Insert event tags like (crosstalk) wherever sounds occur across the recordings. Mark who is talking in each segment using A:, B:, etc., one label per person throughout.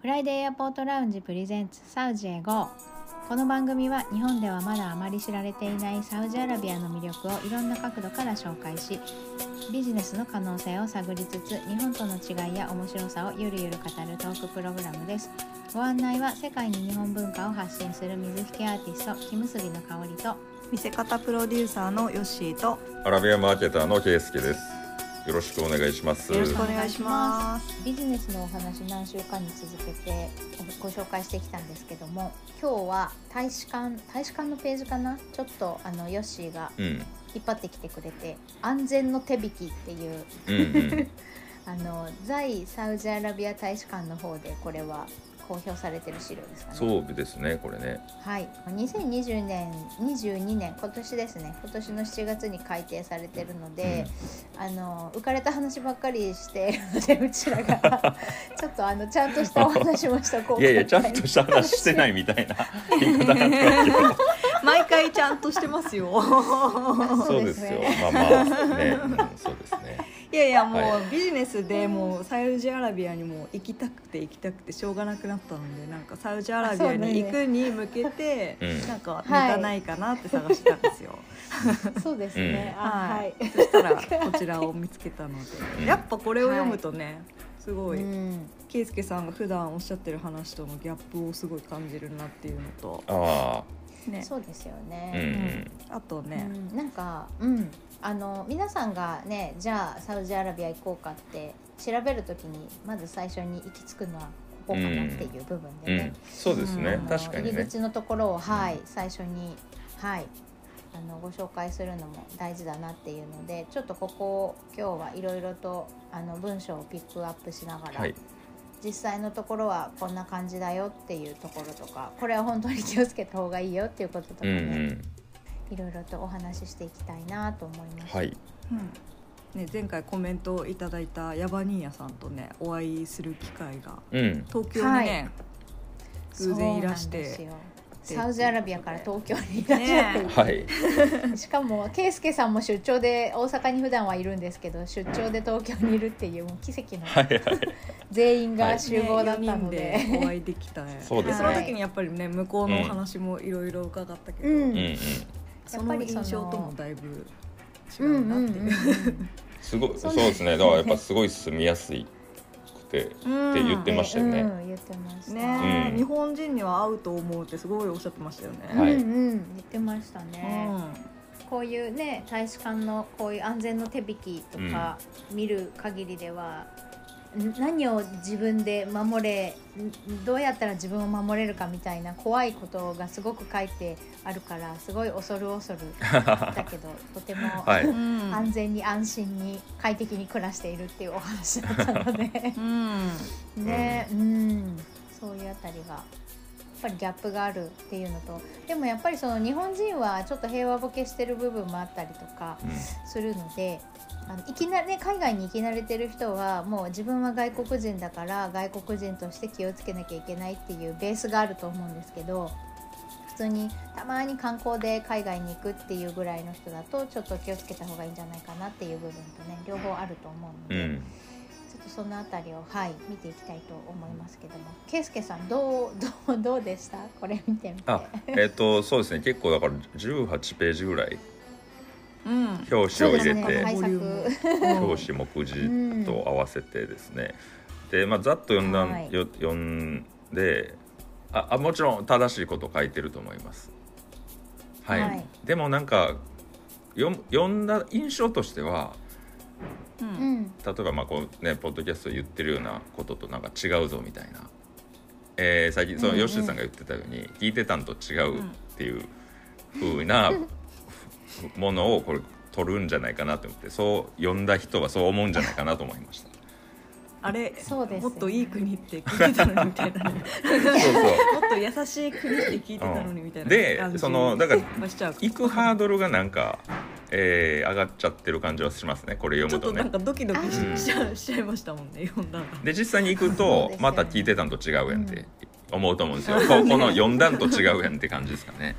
A: フライデーエアポートラウンジプレゼンツサウジへ GO この番組は日本ではまだあまり知られていないサウジアラビアの魅力をいろんな角度から紹介しビジネスの可能性を探りつつ日本との違いや面白さをゆるゆる語るトークプログラムですご案内は世界に日本文化を発信する水引きアーティスト木結びの香りと
B: 見せ方プロデューサーのヨッシーと
C: アラビアマーケターのケイスケです。よろしくお願いします。
B: よろしくお願いします。
A: ビジネスのお話何週間に続けてご紹介してきたんですけども今日は大使館大使館のページかなちょっとあのヨッシーが
C: うん、
A: 引っ張ってきてくれて「安全の手引き」っていう
C: うん、うん、
A: あの在サウジアラビア大使館の方でこれは公表されてる資料ですかね。
C: そうですね、これね。
A: はい、2020年22年今年ですね今年の7月に改定されてるので、あの浮かれた話ばっかりしているのでうちら
C: (laughs)
A: がちょっとあのちゃんとしたお話もしたこ
C: いやいや、ちゃんとした話してないみたいな言い方なんだけど。
B: (laughs) 毎回ちゃんとしてますよ。 (laughs)
C: そうですよ。まあまあ、ね、うん、そうですね。
B: いやいやもう、
C: は
B: ビジネスでもうサウジアラビアにも行きたくて行きたくてしょうがなくなったのでなんかサウジアラビアに行くに向けて、
C: うん
B: なんか行かないかなって探したんですよ。
A: そうですね
C: ね、
A: あは
B: はいい、そしたらこちらを見つけたの (laughs)
C: うん
B: でやっぱこれを読むとね、すごい
A: うん、
B: 圭介さんが普段おっしゃってる話とのギャップをすごい感じるなっていうのと、
C: あ
B: ね、
A: そうですよ
C: あ、うん、う
A: ね、
C: ん、
B: あと
A: う
B: ね、
A: んなんか、うん、あの皆さんがねじゃあサウジアラビア行こうかって調べるときにまず最初に行き着くのはここかなっていう部分で
C: う
A: ね。
C: ん、そうですね
B: う。ん
C: 確か
A: 入
C: に
A: り
C: ね。
A: 口のところを、はい、最初に、はい、あのご紹介するのも大事だなっていうのでちょっとここを今日はいろいろとあの文章をピックアップしながら、
C: はい、
A: 実際のところはこんな感じだよっていうところとかこれは本当に気をつけた方がいいよっていうこととか
C: うん、
A: ね
C: う
A: いろいろとお話ししていきたいなと思いま
C: ん、
A: す。
C: はい、
B: ね、前回コメントをいただいたヤバニーヤさんとねお会いする機会が
C: うん、
B: 東京にね、偶然いらして
A: そうなんですよサウジアラビアから東京にいらっしゃっていて
C: は
B: (laughs)
C: い、
A: しかも圭介さんも出張で大阪に普段はいるんですけど出張で東京にいるっていうもう奇跡の
C: はい、はい。
A: 全員が集合
B: ね
A: だったので,、
B: 四人でお会いできた
C: そうです
A: ね
B: の時にやっぱりね向こうのお話もいろいろ伺ったけど、
A: うん
C: うん、うん、
B: その印象ともだいぶ違うなっていう。
C: すごい、
A: そ
C: そうう
A: なん
C: で
A: です
C: すね。だから、やっぱすごい住みやすいくて。
B: うん
C: って言ってましたよね
A: うん、言ってました
B: ねえ、
C: うん
B: 日本人には合うと思うってすごいおっしゃってましたよね。
C: はい
A: うんうん、言ってました
B: う
A: ね、
B: ん
A: こういうね大使館のこういう安全の手引きとか見る限りでは、ん何を自分で守れんどうやったら自分を守れるかみたいな怖いことがすごく書いてあるからすごい恐る恐るだけどとても、
C: はい。
B: うん
A: 安全に安心に快適に暮らしているっていうお話だったので
B: うん
A: (laughs) ね、うん、そういうあたりがやっぱりギャップがあるっていうのとでもやっぱりその日本人はちょっと平和ボケしてる部分もあったりとか
C: う
A: するので。あのいきなりね、海外に行き慣れてる人はもう自分は外国人だから外国人として気をつけなきゃいけないっていうベースがあると思うんですけど普通にたまに観光で海外に行くっていうぐらいの人だとちょっと気をつけた方がいいんじゃないかなっていう部分とね両方あると思うの
C: ん、う
A: で、ち
C: ん。
A: ょっとそのあたりをはい見ていきたいと思いますけども、けいすけさんどうどうどうでした？これ見てみて。
C: あ、えっとそうですね。結構だから18ページぐらい
B: うん
C: 表
A: そう
C: 紙を
A: です
C: 入れ
A: ね
C: て、
A: 対
B: ボリュ
A: 策。
B: ーム
C: 表紙目次と合わせてですね。で、まあざっと読んだん、
A: はい
C: よ読んで、あ、あもちろん正しいこと書いてると思います。はい。
A: はい
C: でもなんか読む読んだ印象としては。
B: う
A: うんん
C: 例えばまあこうねポッドキャストで言ってるようなこととなんか違うぞみたいな、えー、最近そ
A: うん
C: の
A: うん
C: 吉田さんが言ってたように聞いてたんと違うっていう風なふ (laughs) ものをこれ取るんじゃないかなと思ってそう呼んだ人はそう思うんじゃないかなと思い
B: (laughs)
C: ました。
B: あれ
A: そうですよ
B: もっといい国って聞いてたのにみたいなもっ
C: そうそう
B: と優しい国って聞いてたのにみたいな
C: で
B: 感じ
C: そのだから
B: はしちゃう
C: 行くハードルがなんか、えー上がっちゃってる感じはしますねこれ
B: ちょ
C: 読
B: っ
C: むと
B: となんか
C: ね。
B: ドキドキ
C: うん
B: しちゃ,、しちゃいましたもんね読んだら
C: で実際に行く
A: そうで
C: と、
A: すよね
C: また聞いてたんと違うやんっ
A: うん
C: て思うと思うんですよ。こうこの読んだんと違うやんって感じですか
A: (laughs)
C: ね。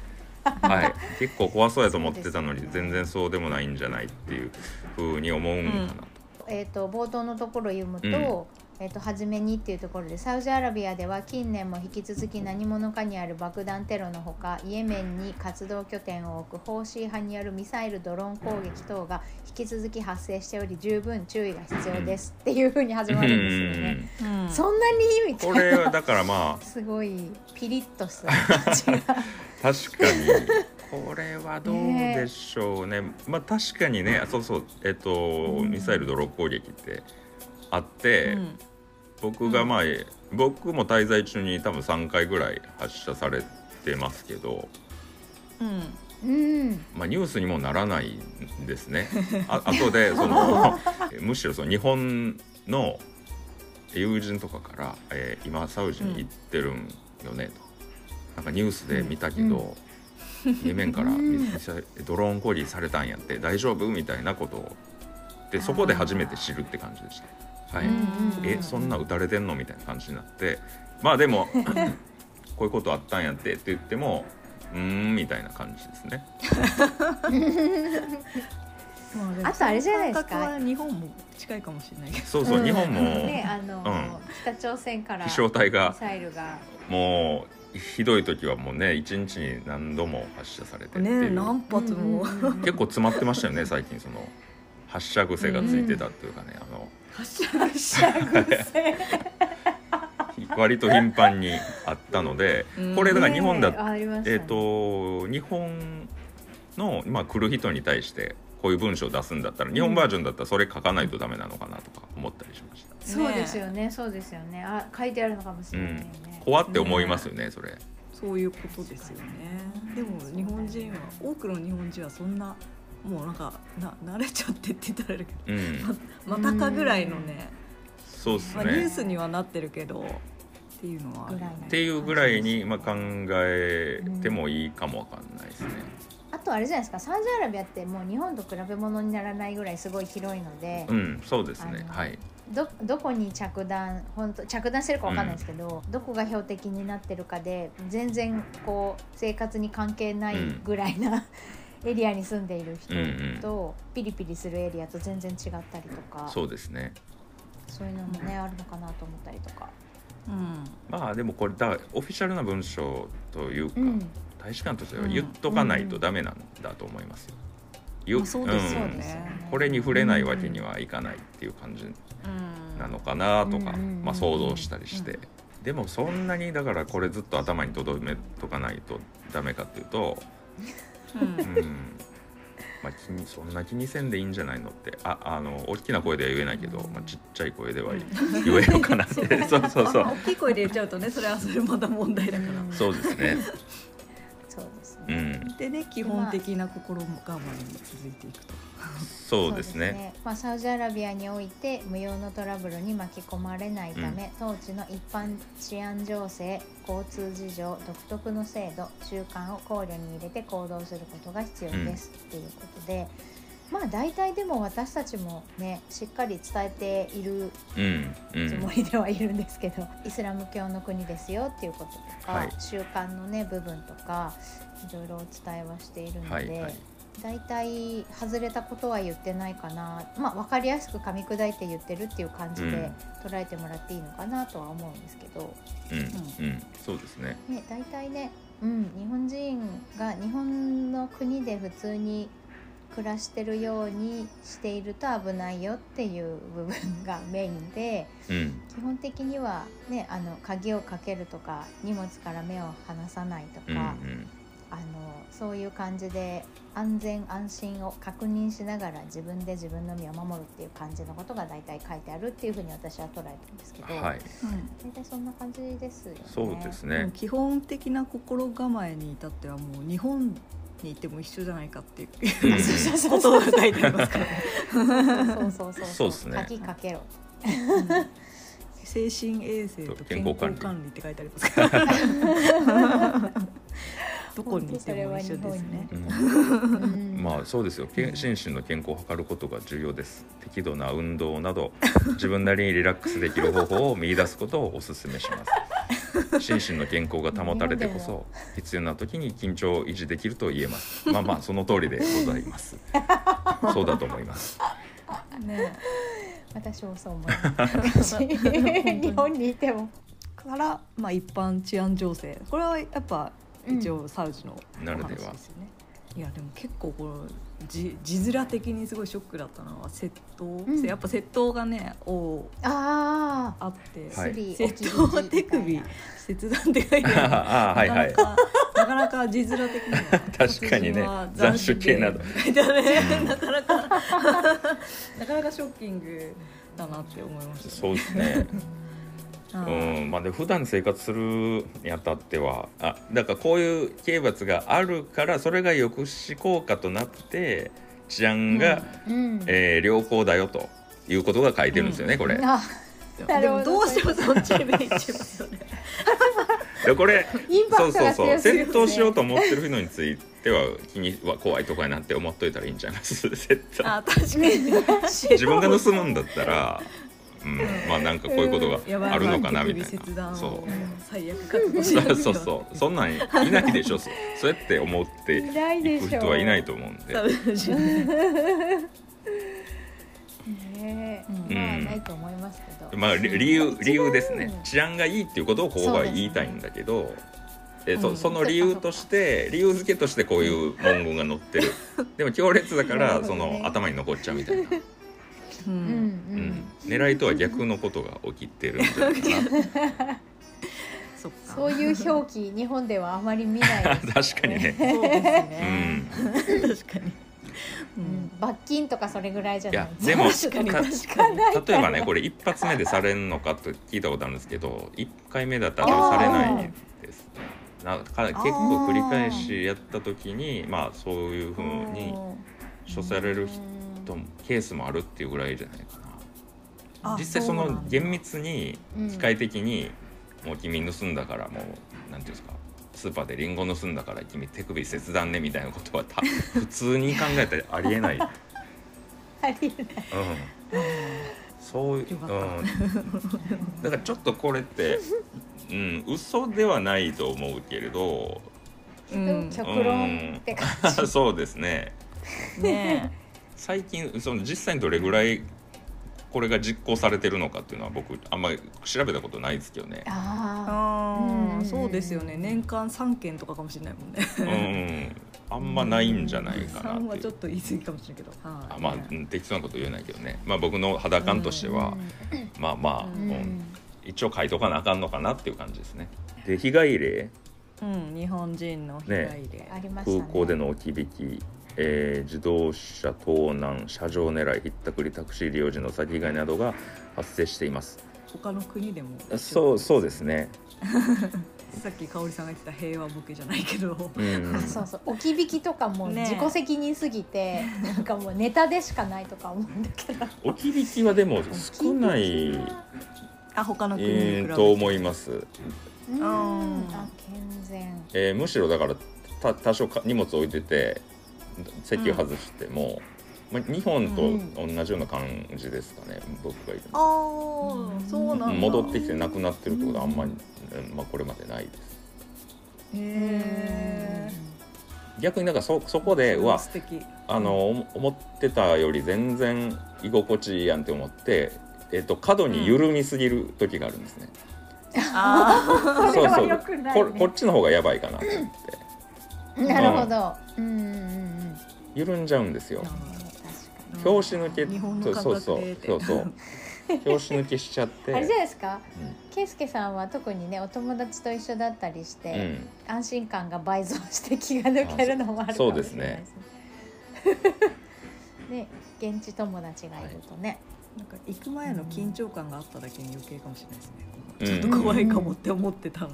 C: はい、結構怖そうやと思ってたの
A: そう
C: に
A: ですよね
C: 全然そうでもないんじゃないっていう風に思うんかなと。
A: えっ、と冒頭のところ読むと、
C: うん
A: えっと初めにっていうところでサウジアラビアでは近年も引き続き何者かにある爆弾テロのほかイエメンに活動拠点を置くホーシー派によるミサイルドローン攻撃等が引き続き発生しており十分注意が必要ですっていうふうに始まるんですよね。
B: う
A: (laughs)
B: ん
A: そんなにみた
C: こ
A: い
C: れ
A: な
C: はだからまあ
A: すごいピリッとした感じ
C: (laughs)
A: が
C: 確かにこれはどうでしょうねまあ確かにねそうそうえっと、
B: うん
C: ミサイルドローン攻撃ってあって、
B: うん
C: 僕がまあ、僕も滞在中に多分3回ぐらい発射されてますけど、
B: うん
A: うん
C: まあ、ニュースにもならないんですね。
A: (laughs)
C: あ後でそのむしろその日本の友人とかから、えー今サウジに行ってるんよねと、なんかニュースで見たけど、イエメンから
A: うん
C: ミサイルドローン攻撃されたんやって大丈夫みたいなことをでそこで初めて知るって感じでした。はい、
A: うん
C: えそんな撃たれてんのみたいな感じになってまあで
A: (laughs)
C: もこういうことあったんやってって言ってもうーんみたいな感じですね。
B: まあでも
A: あとあれじゃないですか
B: その感覚は日本も近いかもしれないけど
C: そうそう、
A: ん
C: 日本も、
A: ねあの、
C: うん
A: 北朝鮮から
C: 飛
A: ミ
C: 翔体が
A: サイルが
C: もうひどい時はもうね一日に何度も発射されてってい
B: ね
C: う、
B: 何発も、
A: うんうんうん
C: 結構詰まってましたよね最近その発射癖がついてたっていうかね、
B: 発射
C: あの割と頻繁にあったので、
B: うん
C: これだから日本だ、
A: ねありましたね
C: えっ、と日本の、まあ、来る人に対してこういう文章を出すんだったら日本バージョンだったらそれ書かないとダメなのかなとか思ったりしました、
A: そうですよねそうですよねあ書いてあるのかもし
C: う
A: れない
C: ん
A: ね、、
C: 怖って思いますよねそれ。
B: そういうことですよねでも日本人は多くの日本人はそんなもうなんかな慣れちゃってって言ったらあれだけど
C: うん
B: またかぐらいのね、
C: そうっす
B: まあ、
C: ね、
B: ニュースにはなってるけどっていうのはあるよね
C: っていうぐらいに、まあ、考えてもいいかもわかんないですね。
A: あとあれじゃないですかサウジアラビアってもう日本と比べ物にならないぐらいすごい広いので
C: う、ん、そうですね。
A: あの
C: はい。
A: どどこに着弾本当着弾してるかわかんないですけど、どこが標的になってるかで全然こう生活に関係ないぐらいな、 (laughs) エリアに住んでいる人と、ピリピリするエリアと全然違ったりとか
C: そうですね。
A: そういうのもねあるのかなと思ったりとか。
B: うん
C: まあ、でも、これ、だ、オフィシャルな文章というか、
A: うん
C: 大使館としては言っとかないとダメなんだと思いますよ。言
B: まあそうですよ
A: そうですよ
B: ね、
A: ね
C: これに触れないわけにはいかないっていう感じ
B: うん
C: なのかなとか、
A: うんうん
C: まあ、想像したりして、
B: うん
C: でもそんなにだからこれずっと頭に留めとかないとダメかっていうと
B: うん
C: うんまあ、気にそんな気にせんでいいんじゃないのってああの大きな声では言えないけど、まあ、ちっちゃい声では言えよう
B: (laughs)
C: かなって (laughs) そうそうそう
B: 大きい声で言っちゃうとねそれはそれまた問題だから、
A: うん
C: そうですね
A: そうですね、
C: うん
B: でね基本的な心構えに続いていくと、
C: そうですね
A: まあ、サウジアラビアにおいて無用のトラブルに巻き込まれないため、当地の一般治安情勢交通事情独特の制度習慣を考慮に入れて行動することが必要です、っていうことで。まあ大体でも私たちもねしっかり伝えている
C: うんう
A: つも
C: ん
A: りではいるんですけど、イスラム教の国ですよっていうこととか、
C: はい
A: 習慣のね部分とかいろいろお伝えはしているので、
C: はいはい
A: 大体外れたことは言ってないかな、まあ、分かりやすく噛み砕いて言ってるっていう感じで捉えてもらっていいのかなとは思うんですけど、
C: うんうんそうですね
A: ね、大体ね、うん、日本人が日本の国で普通に暮らしてるようにしていると危ないよっていう部分がメインで (laughs)
C: うん
A: 基本的には、ね、あの鍵をかけるとか荷物から目を離さないとか。
C: うんうん
A: あのそういう感じで安全安心を確認しながら自分で自分の身を守るっていう感じのことが大体書いてあるっていうふうに私は捉えたんですけど、
C: はい
A: 大体そんな感じですよね。
C: そうです
B: もう
C: ね
B: 基本的な心構えに至ってはもう日本にいても一緒じゃないかっていう
C: うん
B: そうそうそう (laughs) ことを書いてありますから、
A: そうそうそう
C: そうっすね
A: 鍵かけろ。
B: 精神衛生と健康管理って書いてありますから (laughs) どこにいても一緒ですね
C: うん
A: うん
C: まあそうですよけ心身の健康を図ることが重要です適度な運動
B: (laughs)
C: など自分なりにリラックスできる方法を見出すことをお勧めします心身の健康が保たれてこそ必要な時に緊張を維持できると言えますま
B: (laughs)
C: あまあその通りでございますそうだと思います
B: ね
A: 私もそう思います
C: (laughs)
A: 私日本にいても
B: から、まあ、一般治安情勢これはやっぱ一応サウジの
C: うん
B: お話ですよね、いやでも結構このじ字面的にすごいショックだったのは窃盗、
A: ん
B: やっぱ窃盗がねお
A: ああ
B: あって、
C: はい
A: スリー
B: 窃盗手首 (laughs) 切断手首な
C: ああはいはい
B: なかなかなか字面的には
C: (laughs) 確かにね斬首系など
B: 書いてあるね (laughs) なかなかなかなかショッキングだなって思いました
C: そうですね
B: はい
C: うんまあ、で普段生活するにあたってはあだからこういう刑罰があるからそれが抑止効果となって治安が、
B: うん
A: うん
C: えー良好だよということが書いてるんですよね、これ。
A: あな
B: で
A: るほど
B: もどうしてもそっちに目いっちゃ
C: (laughs)
B: いますよね。
C: でこれ
A: インパ
C: そう
A: クト
C: そう
A: が
C: そう
A: 強すぎる
C: 戦闘しようと思ってる人については気には怖いとこやなって思っといたらいいんじゃないですか絶対
B: あ確かに。
C: 自分が盗むん
A: (laughs)
C: だったら、うん、まあなんかこういうこと
B: や
C: が
B: ば
C: あるのかなみ
B: 手
C: た
B: 首切
C: い
B: 断
C: な。
B: を
C: そう
B: 最悪覚悟し
C: そ
B: なきゃ
C: う (laughs) そうそうそんなんいないでしょそうそうやって思って
A: いないで
C: 行
A: しょ
C: く
A: う
C: 人はいないと思うん
A: (laughs)
C: で
B: 多分自分で
A: ねえ
B: うん
A: まあないと思いますけど、
C: まあり理由理由です
A: 一番
C: ね治安がいいっていうことをここは言いたいんだけどえ
B: う
C: そ
B: ん
C: その理由として理由付けとしてこういう文言が載ってるでも強烈だか
A: な
C: ら
A: るほど
C: そ
A: ね
C: の頭に残っちゃうみたいな、
B: う
A: うん
B: ん
C: うん
A: う、
C: 狙いとは逆のことが起きてるんじゃないか
B: そっ
A: ん、
B: か
A: そういう表記日本ではあまり見ない
C: な
A: ですよね
C: 確かにね、
B: そうです
C: う
B: ね、
C: ん、
B: 確かに、う
A: うんん、罰金とかそれぐらいじゃ
C: い
A: ない
C: やでも
B: 確かに
C: か
B: 確かに
C: 例えばねこれ一発目でされんのかと聞いたことあるんですけど一回目だったらされないですねなんか結構繰り返しやった時にまあそういうふうに処される人もケースもあるっていうぐらいじゃないかな
B: あ
C: 実際そう
B: な
C: の
B: んだ
C: 厳密に
A: うん
C: 機械的にもう君盗んだからもうなんていうんですかスーパーでリンゴ盗んだから君手首切断ねみたいなこと
B: (laughs)
C: はた普通に考えてありえない、うん、
A: ありえない
C: そういう、う
B: よかった
C: ん、だからちょっとこれってうん嘘ではないと思うけ
B: (laughs)
C: れど
B: うん
A: 極論って感
C: そうですね
B: ね
C: 最近その実際にどれぐらいこれが実行されてるのかっていうのは僕あんまり調べたことないですけどね。
A: あ
B: あ
A: うん
B: ーそうですよね年間三件とかかもしれないもんね
C: うん、あんまないんじゃないかな
B: 三
C: っ
B: は
C: て
B: ち
C: い
B: ょ
C: う
B: っ。と言い過ぎかもしれないけどはい
C: あまあうん適当なこと言えないけどね、まあ、僕の肌感として
A: あ
C: は、まあまあ、
A: う
C: うんん一応書いとかなあかんのかなっていう感じですね。で被害例
B: うん日本人の被害で、
A: ありましたね
C: 空港での置き引き、えー自動車盗難車上狙いひったくりタクシー利用時の詐欺被害などが発生しています。
B: 他の国でも
C: そうそうですね、
B: さっき香織さんが言ってた平和ボケじゃないけど
C: うん
A: あそうそう置き引きとかも
B: ね
A: 自己責任すぎて、なんかもうネタでしかないとか思うんだけど
C: 置き引きはでも少ない、
B: あ他の国に比べ
C: え
B: て
C: ーと思います、
A: うん
B: あ
A: あ健全
C: えーむしろだからた多少か荷物置いてて席を外しても、まあ、日本と同じような感じですかね、僕がいる
B: あ
C: の
B: あそうなんだ
C: 戻ってきてなくなってるってことはあんまり、うんまあ、これまでないです
B: へえ
C: 逆にだからそそこでうわ
B: 素
C: (laughs)
B: 敵
C: あの思思ってたより全然居心地いいやんって思って、えっと過度に緩みすぎる時があるんですね、
B: あ
A: それ
C: う
A: は
C: そう
A: 良くない
C: こ
A: ね
C: こっちの方がやばいかなと思って
A: なるほどうんうんうん
C: 緩んじゃうんですよ
B: ー
A: 確か
C: 拍子抜け
B: 日本の感
C: そう
B: 覚
C: そう
B: でって
C: そ
A: (laughs)
C: うそう拍子抜けしちゃって
A: にあれじゃないですか
C: うん
A: 圭介さんは特にねお友達と一緒だったりし
C: う
A: て、
C: ん、
A: 安心感が倍増して気が抜けるのもあるかもしれないですね
C: あ
A: (laughs) ねね現地友達がいるとね、
B: なんか行く前の緊張感があっただけに余計かもしれないです
C: うん
B: ねちょっと怖いかもって思ってたね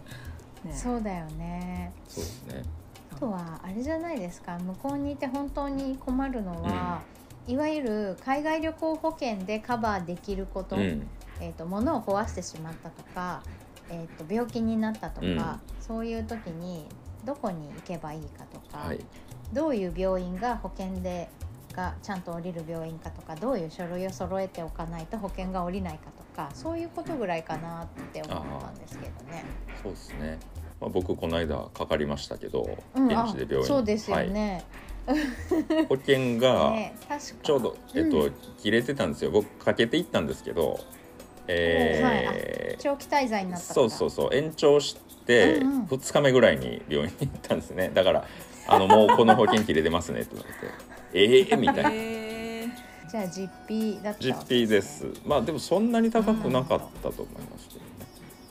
A: そうだよね
C: そうですね。
A: あとはあれじゃないですか向こうにいて本当に困るのは、いわゆる海外旅行保険でカバーできること、
C: うん、
A: えー、と物を壊してしまったとか、えー、と病気になったとか、そういう時にどこに行けばいいかとか、
C: はい。
A: どういう病院が保険でがちゃんと降りる病院かとかどういう書類を揃えておかないと保険が降りないかとかそういうことぐらいかなって思ったんですけどね。
C: そうですね。まあ、僕この間かかりましたけど、
A: うん、
C: 現地で病院。
A: あそうですよね、
C: 保険が、
A: ね、確か
C: ちょうど、えっと、切れてたんですよ。僕かけていったんですけど。えー
A: 長期滞在になった
C: そうそうそう、延長して、
A: うんうん
C: 2日目ぐらいに病院に行ったんですね。だから、あの、もうこの保険切れてますねって言われて。ええみたいな。
B: え
A: うじゃあ実費だったわけ
C: GP です。まあ、でも、そんなに高くなかったと思いますけどね。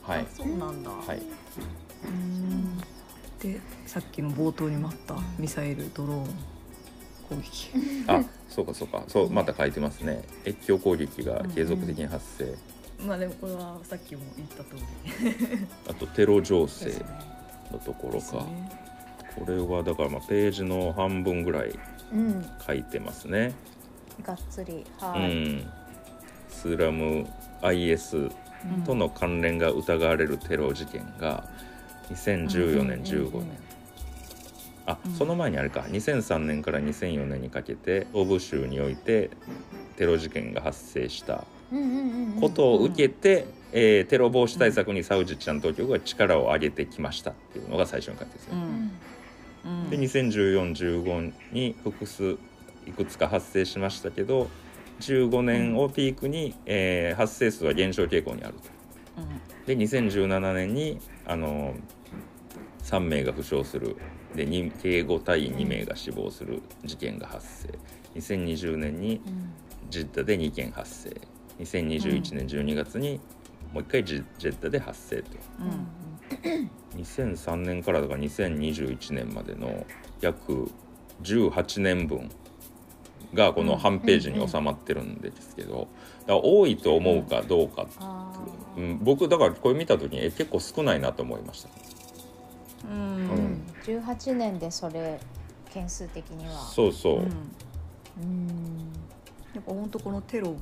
C: は
B: ー
C: い
B: あ。そうなんだ、
C: はい。
A: うん
B: でさっきの冒頭に待ったミサイルドローン攻撃
C: あ、そうか、そうか、そう、また書いてますね。越境攻撃が継続的に発生。
B: (laughs) まあでもこれはさっきも言った通り
C: あと、テロ情勢
B: ですね
C: のところ
B: です
C: か。
B: ね
C: これは、だから、まあ、ページの半分ぐらい
A: うん
C: 書いてますね。
A: がっつりは
C: う
A: い、
C: ん、スラム IS
B: うん
C: との関連が疑われるテロ事件が2014
B: う
C: 年
B: ん
C: 15
B: うんうん
C: 年あ
B: うん
C: その前にあれか2003年から2004年にかけてオブ州においてテロ事件が発生した
A: うん、うんうんうん
C: ことを受けて、えーテロ防止対策にサウジ治安当局が力を上げてきましたっていうのが最初の書いてですね。
A: うん
B: うん
C: で201415に複数いくつか発生しましたけど15年をピークに、えー発生数は減少傾向にあるとで2017年にあの3名が負傷するでに警護隊員2名が死亡する事件が発生2020年に
A: うん
C: ジェッダで2件発生2021年12月にもう1回ジジェッダで発生と
B: うん
C: 2003年からだから2021年までの約18年分がこの半ページに収まってるんですけど、だから多いと思うかどうか、
A: あ
C: う
A: ー
C: ん、僕だからこれ見た時にえ結構少ないなと思いました
B: うん
C: う
A: うんん、18年でそれ件数的には
C: そうそう、
B: うん
A: うん
B: やっぱ本当このテロ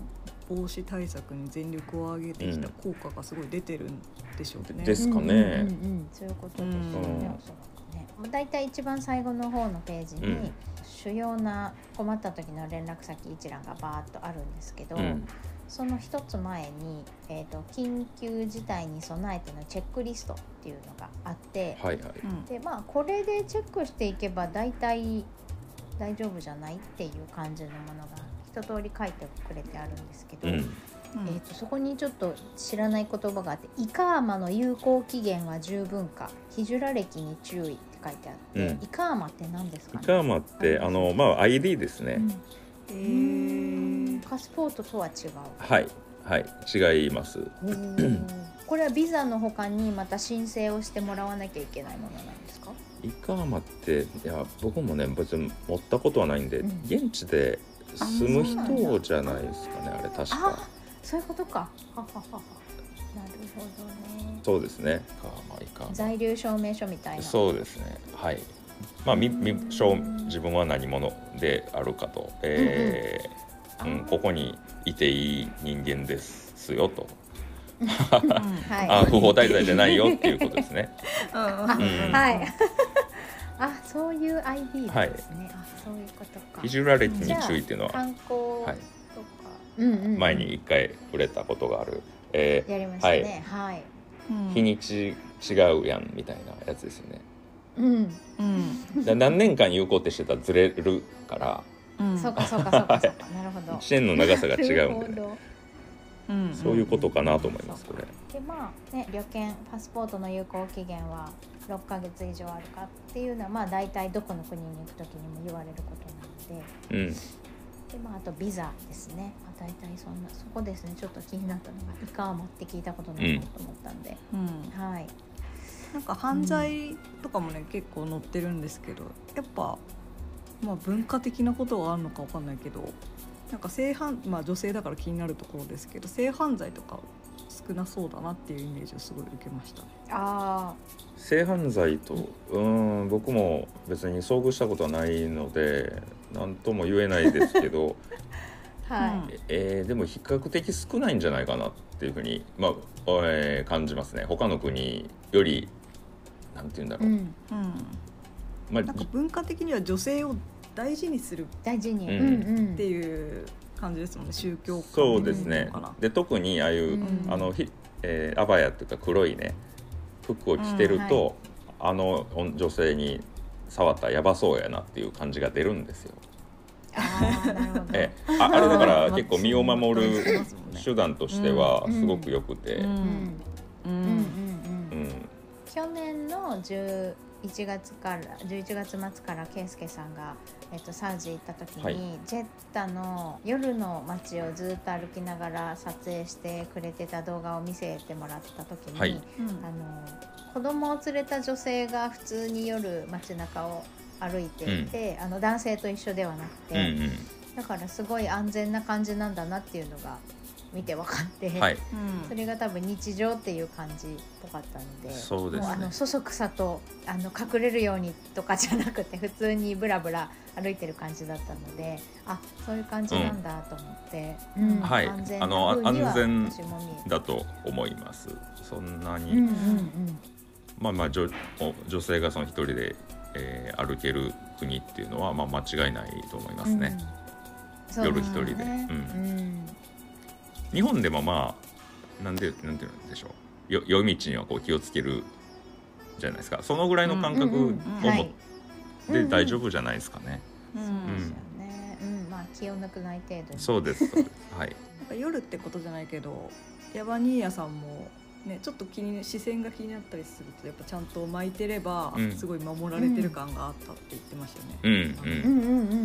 B: 防止対策に全力を挙げてきた効果がすごい出てるんでしょうね。
C: ですか
A: う
C: ね
A: んうんうんうんそういうことですよ
C: う
A: ね
C: ん
A: おそらくねだいたい一番最後の方のページに、
C: うん
A: 主要な困った時の連絡先一覧がバーっとあるんですけど、
C: うん
A: その一つ前に、えーと「緊急事態に備えてのチェックリスト」っていうのがあって、
C: はいはい、
B: うん
A: でまあこれでチェックしていけば大体大丈夫じゃないっていう感じのものが一通り書いてくれてあるんですけど、
C: うん、
B: うん
A: えー、とそこにちょっと知らない言葉があって「イカーマの有効期限は十分かヒジュラ歴に注意」って書いてあって、
C: うん
A: イカーマって何です
C: イ
A: かね、
C: カーマってあのまあ ID ですね、
A: うん
B: え
A: う
B: ー
A: んパスポートとは違う
C: はいはい違います
A: これはビザの他にまた申請をしてもらわなきゃいけないものなんですか
C: イカーマっていや僕もね別に持ったことはないんで、
A: うん
C: 現地で住む人じゃないですかねあれ確か
A: あそういうことかははははなるほどね
C: そうですねイカーマイカー
A: 在留証明書みたい
C: マ
A: な
C: そうですねはいまあみみ証自分は何者であるかと、えー
A: うんうん
C: うんここにいていい人間ですよと、
A: はい
C: あ不法滞在じゃないよっていうことですねうん
A: はい。 (laughs) あ、そういう ID なんですね。あ、そういうことか。
C: ヒジュラ歴に注意っていうのは
A: 観光とか、
C: はい
A: うんうんうん
C: 前に一回触れたことがある、えー
A: やりましたね。はい。
C: 日にち違うやんみたいなやつですよね
A: うん。
B: うん
C: だ何年間有効ってしてたらずれるから
B: うん
A: そうかそうかそうかそうか。なるほど。
C: 1年の長さが違う
A: な
C: んで
A: る (laughs) ほ
C: ね、
A: ど
B: うん
C: そういうことかなと思いますこれ
A: でまあね旅券パスポートの有効期限は6ヶ月以上あるかっていうのはまあ大体どこの国に行く時にも言われることなので。
C: うん
A: でまあ、あとビザですね、まあ、大体そんなそこですねちょっと気になったのがイカーマって聞いたことないなと思ったんで、
B: うん
A: はい
B: なんか犯罪とかもね結構載ってるんですけどやっぱ、まあ、文化的なことはあるのかわかんないけどなんか性犯、まあ、女性だから気になるところですけど性犯罪とか少なそうだなっていうイメージをすごい受けましたね。
A: あ
C: 性犯罪とうーん僕も別に遭遇したことはないので何とも言えないですけど、
A: あはい、
B: うん
C: えーでも比較的少ないんじゃないかなっていうふうに、まあえー感じますね他の国よりなんて言うんだろう、
A: うん、
B: うん
C: まあ
B: なんか文化的には女性を大事にするっ
A: 大事に、
C: うん
A: うん
B: ていう感じですもんね宗教観
C: そうですね
B: かな。
C: で特にああいう、
A: うん
C: あのひ、えーアバヤっていうか黒いね服を着てると、あのお女性に触ったらやばそうやなっていう感じが出るんですよ。
A: あーなるほど
C: ええああれだか
B: あ
C: ら
B: ー
C: 結構身を守
B: そうです
C: る
B: ね
C: 手段としてはすごく良くて、
A: うん
B: う
A: うんうん
B: ん
C: う
A: うん
C: ん
A: 去年の11月から11月末から圭介さんが、えっと、サウジ行った時に、
C: はい
A: ジェッタの夜の街をずっと歩きながら撮影してくれてた動画を見せてもらった時に、
C: はい
A: あの子供を連れた女性が普通に夜街中を歩いていて、あの男性と一緒ではなく
C: うんう
A: て、
C: ん
A: だからすごい安全な感じなんだなっていうのが見て分かって、
C: はい
A: それが多分日常っていう感じっぽかったので
C: そうですね
A: もうあのそそくさとあの隠れるようにとかじゃなくて普通にブラブラ歩いてる感じだったのであそういう感じなんだと思って、
B: うん
A: うん
C: はい
A: 安全
C: あの
A: な風には
C: 安全
A: 私も見え
C: だと思います。そんなに、
A: うんうんうん
C: まあまあ女お女性がその一人で、えー歩ける国っていうのはまあ間違いないと思いますね。
A: うんそう
C: 夜
A: ですね
C: 一人で
A: う
C: うん日本でもまあなんでなんていうんでしょうよ夜道にはこう気をつけるじゃないですかそのぐらいの感覚
A: うん
C: を
A: うん
B: ん
A: は
C: 持っ
A: い
C: て大丈夫じゃないですかね。
A: そうですよね、うんまあ気を抜くない程度に
C: そうですそうですはい
B: なんか夜ってことじゃないけどヤバニーヤさんも、ね、ちょっと気に視線が気になったりするとやっぱちゃんと巻いてれば、
C: うん
B: すごい守られてる感があったって言ってましたよね。
C: うん
A: う
C: うんん
A: うんうんうんう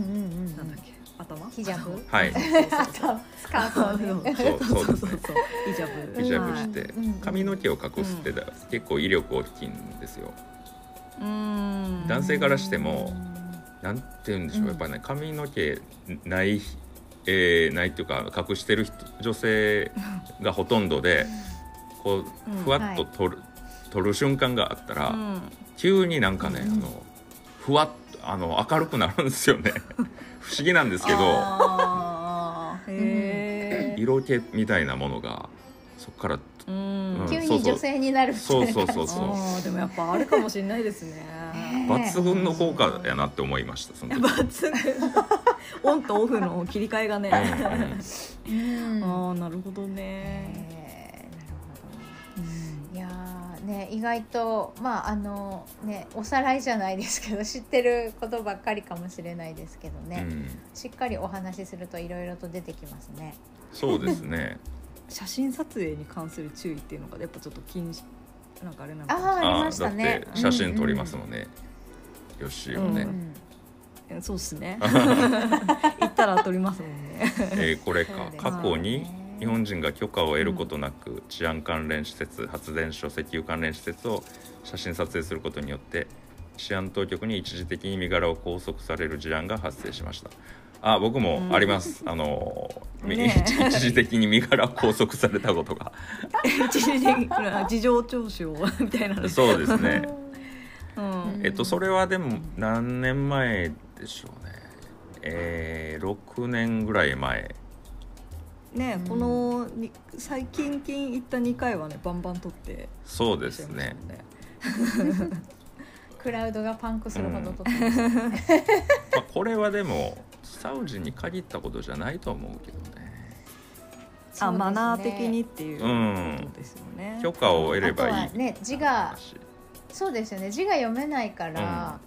A: ん
B: なんだっけ頭
A: ヒジャブ
C: はい
A: (laughs)
B: そうそうそう
A: あとスカートをね
C: そう
B: (laughs) そう
C: そ
B: そううそ
C: そ
B: うう
C: ですね
B: ヒジャブ
C: ヒジャブ
A: し
C: して
A: うんうん
C: 髪の毛を隠すってだ結構威力大きいんですよ。
B: うん
C: 男性からしてもなんて言うんでしょ
A: うん
C: うやっぱね髪の毛ない、えーないっていうか隠してる人女性がほとんどでこう
B: うん
C: ふわっと取る,、取る瞬間があったら、
B: うん
C: 急になんかね、
A: うん
C: あのふわっとあの明るくなるんですよね (laughs) 不思議なんですけど
B: あーへー
C: 色気みたいなものがそこから
B: うん
C: うん
A: 急に女性になるみたい
C: そう
A: な
C: そ
B: (laughs)
C: うそうそう
B: あーでもやっぱあるかもしれないですね。
A: ね
C: 抜群の効果やなって思いましたその時
B: 抜群 (laughs) オンとオフの切り替えがね。
C: うんうん
A: うん
B: ああなるほどね。
A: えーなるほどね
B: うん
A: いやーね意外とまああのねおさらいじゃないですけど知ってることばっかりかもしれないですけど
C: う
A: ね、
C: ん
A: しっかりお話しするといろいろと出てきますね。
C: そうですね
B: 写真撮影に関する注意っていうのがやっぱちょっと禁止なんかあれなん
A: あー
B: か
A: あり
C: あ
A: まし
C: ーだ
A: たね
C: って写真撮りますもんね、よしよね、
B: う
A: うんん
B: えそうですね。行ったら撮りますもん
C: (laughs)
B: ね。
C: (laughs) えーこれか、
A: そう
C: 過去
A: です
C: に
A: ね
C: 日本人が許可を得ることなく、治安関連施設発電所石油関連施設を写真撮影することによって治安当局に一時的に身柄を拘束される事案が発生しましたあ僕もあります、あのーみ (laughs)
B: ねえ
C: 一時的に身柄を拘束されたことが
B: 一時的な事情聴取をみたいな。
C: そうですね
B: うん。
C: えっとそれはでも何年前でしょうねえー、6年ぐらい前
B: ねこのに最近近行った二回はねバンバン撮って
C: そう
B: ら
C: で
B: っしゃ
C: す
B: いました
C: ね
B: もんね。
A: クラウドがパンクするほど撮ってます、
C: まあ、これはでもサウジに限ったことじゃないと思うけどね
B: あマナー
A: そうですね
B: 的にっていうことですよね。
C: 許可を得ればいい
A: あとはね字がそうですよね字が読めないから、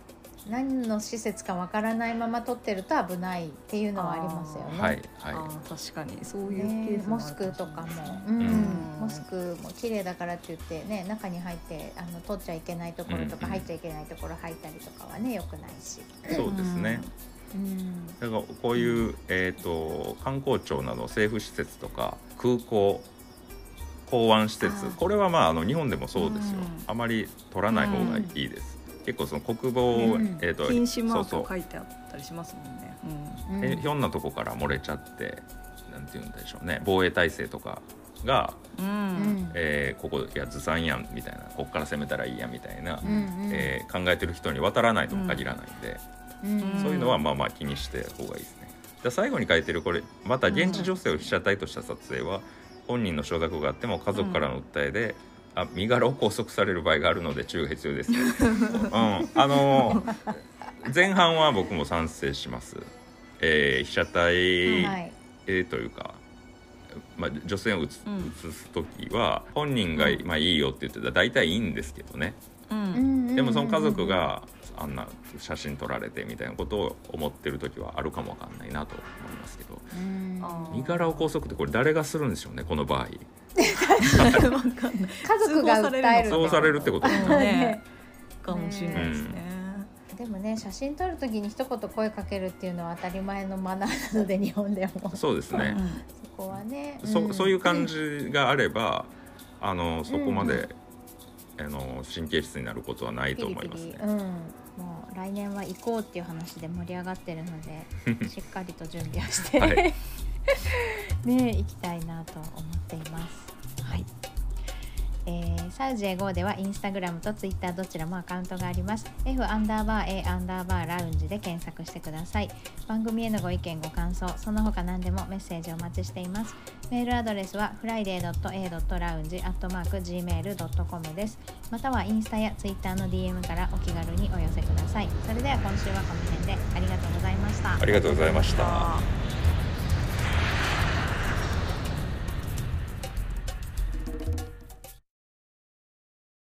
A: 何の施設かわからないまま撮ってると危ないっていうのはありますよね。
C: はい
B: あ
C: は
B: ー確かにそういうケ
A: ね
B: ー、スも
A: モ
B: あ
A: ス
B: るかも
A: ク
B: し
A: と
B: れな
A: か
B: い
A: も
B: ですね、
A: うん
B: うん
A: モスクも綺麗だからって言ってね中に入ってあの取っちゃいけないところと
C: うんう
A: か
C: ん
A: 入っちゃいけないところ入ったりとかはねよくないし、
C: いそうですね
A: うん
C: だからこういう、えー、と観光庁など政府施設とか空港港湾施設
A: あー
C: これはまああの日本でもそうですよ
B: うん
C: あまり取らない方がいいです結構その国防を、
A: うん
C: えー、と
B: 禁止マー
C: そう
B: ク
C: そ
B: 書
C: う
B: いてあったりしますもんね。
A: うん
C: えひょんなとこから漏れちゃってなんて言うんでしょうね防衛体制とかが、
B: うん。うん。
C: えーここいやずさんやんみたいなこっから攻めたらいいやみたいな、
A: うんうん
C: えー考えてる人に渡らないとも限らないんで、
A: うん
C: そういうのはまあまあ気にして方がいいですね。じゃあ最後に書いてるこれまた現地女性を被写体とした撮影は本人の承諾があっても家族からの訴えで、あ身柄を拘束される場合があるので注意が必
A: (laughs)
C: 要ですね。うん、あのー前半は僕も賛成します。えー被写体、
A: はい
C: えーというか、まあ、女性を写
B: うん
C: 写す時は本人が、
B: うん
C: まあ、いいよって言ってたら大体いいんですけどね
B: うん
C: で
A: で
C: もその家族があんな写真撮られてみたいなことを思ってる時はあるかもわかんないなと思いますけど
B: あー
C: 身柄を拘束ってこれ誰がするんでしょうねこの場合
B: (laughs) わかんない
A: 家族が訴える
B: 通
C: そう
B: 報
C: されるってことですね
B: ねかもしれないですね、
A: でもね写真撮るときに一言声かけるっていうのは当たり前のマナーなので日本でもそ
C: そうですね
A: こはね
C: そそういう感
A: じ
C: じがあればあのそこまで、あの神経質になることはないと思いますね
A: ピリピリうんもう来年は行こうっていう話で盛り上がってるのでしっかりと準備をして、
C: はい
A: ね行きたいなと思っています。はいえー、サウジエゴーではインスタグラムとツイッターどちらもアカウントがあります F アンダーバー A アンダーバーラウンジで検索してください番組へのご意見ご感想その他何でもメッセージお待ちしていますメールアドレスは friday.a.lounge.gmail.com ですまたはインスタやツイッターの DM からお気軽にお寄せくださいそれでは今週はこの辺でありがとうございました
C: ありがとうございました。
B: あー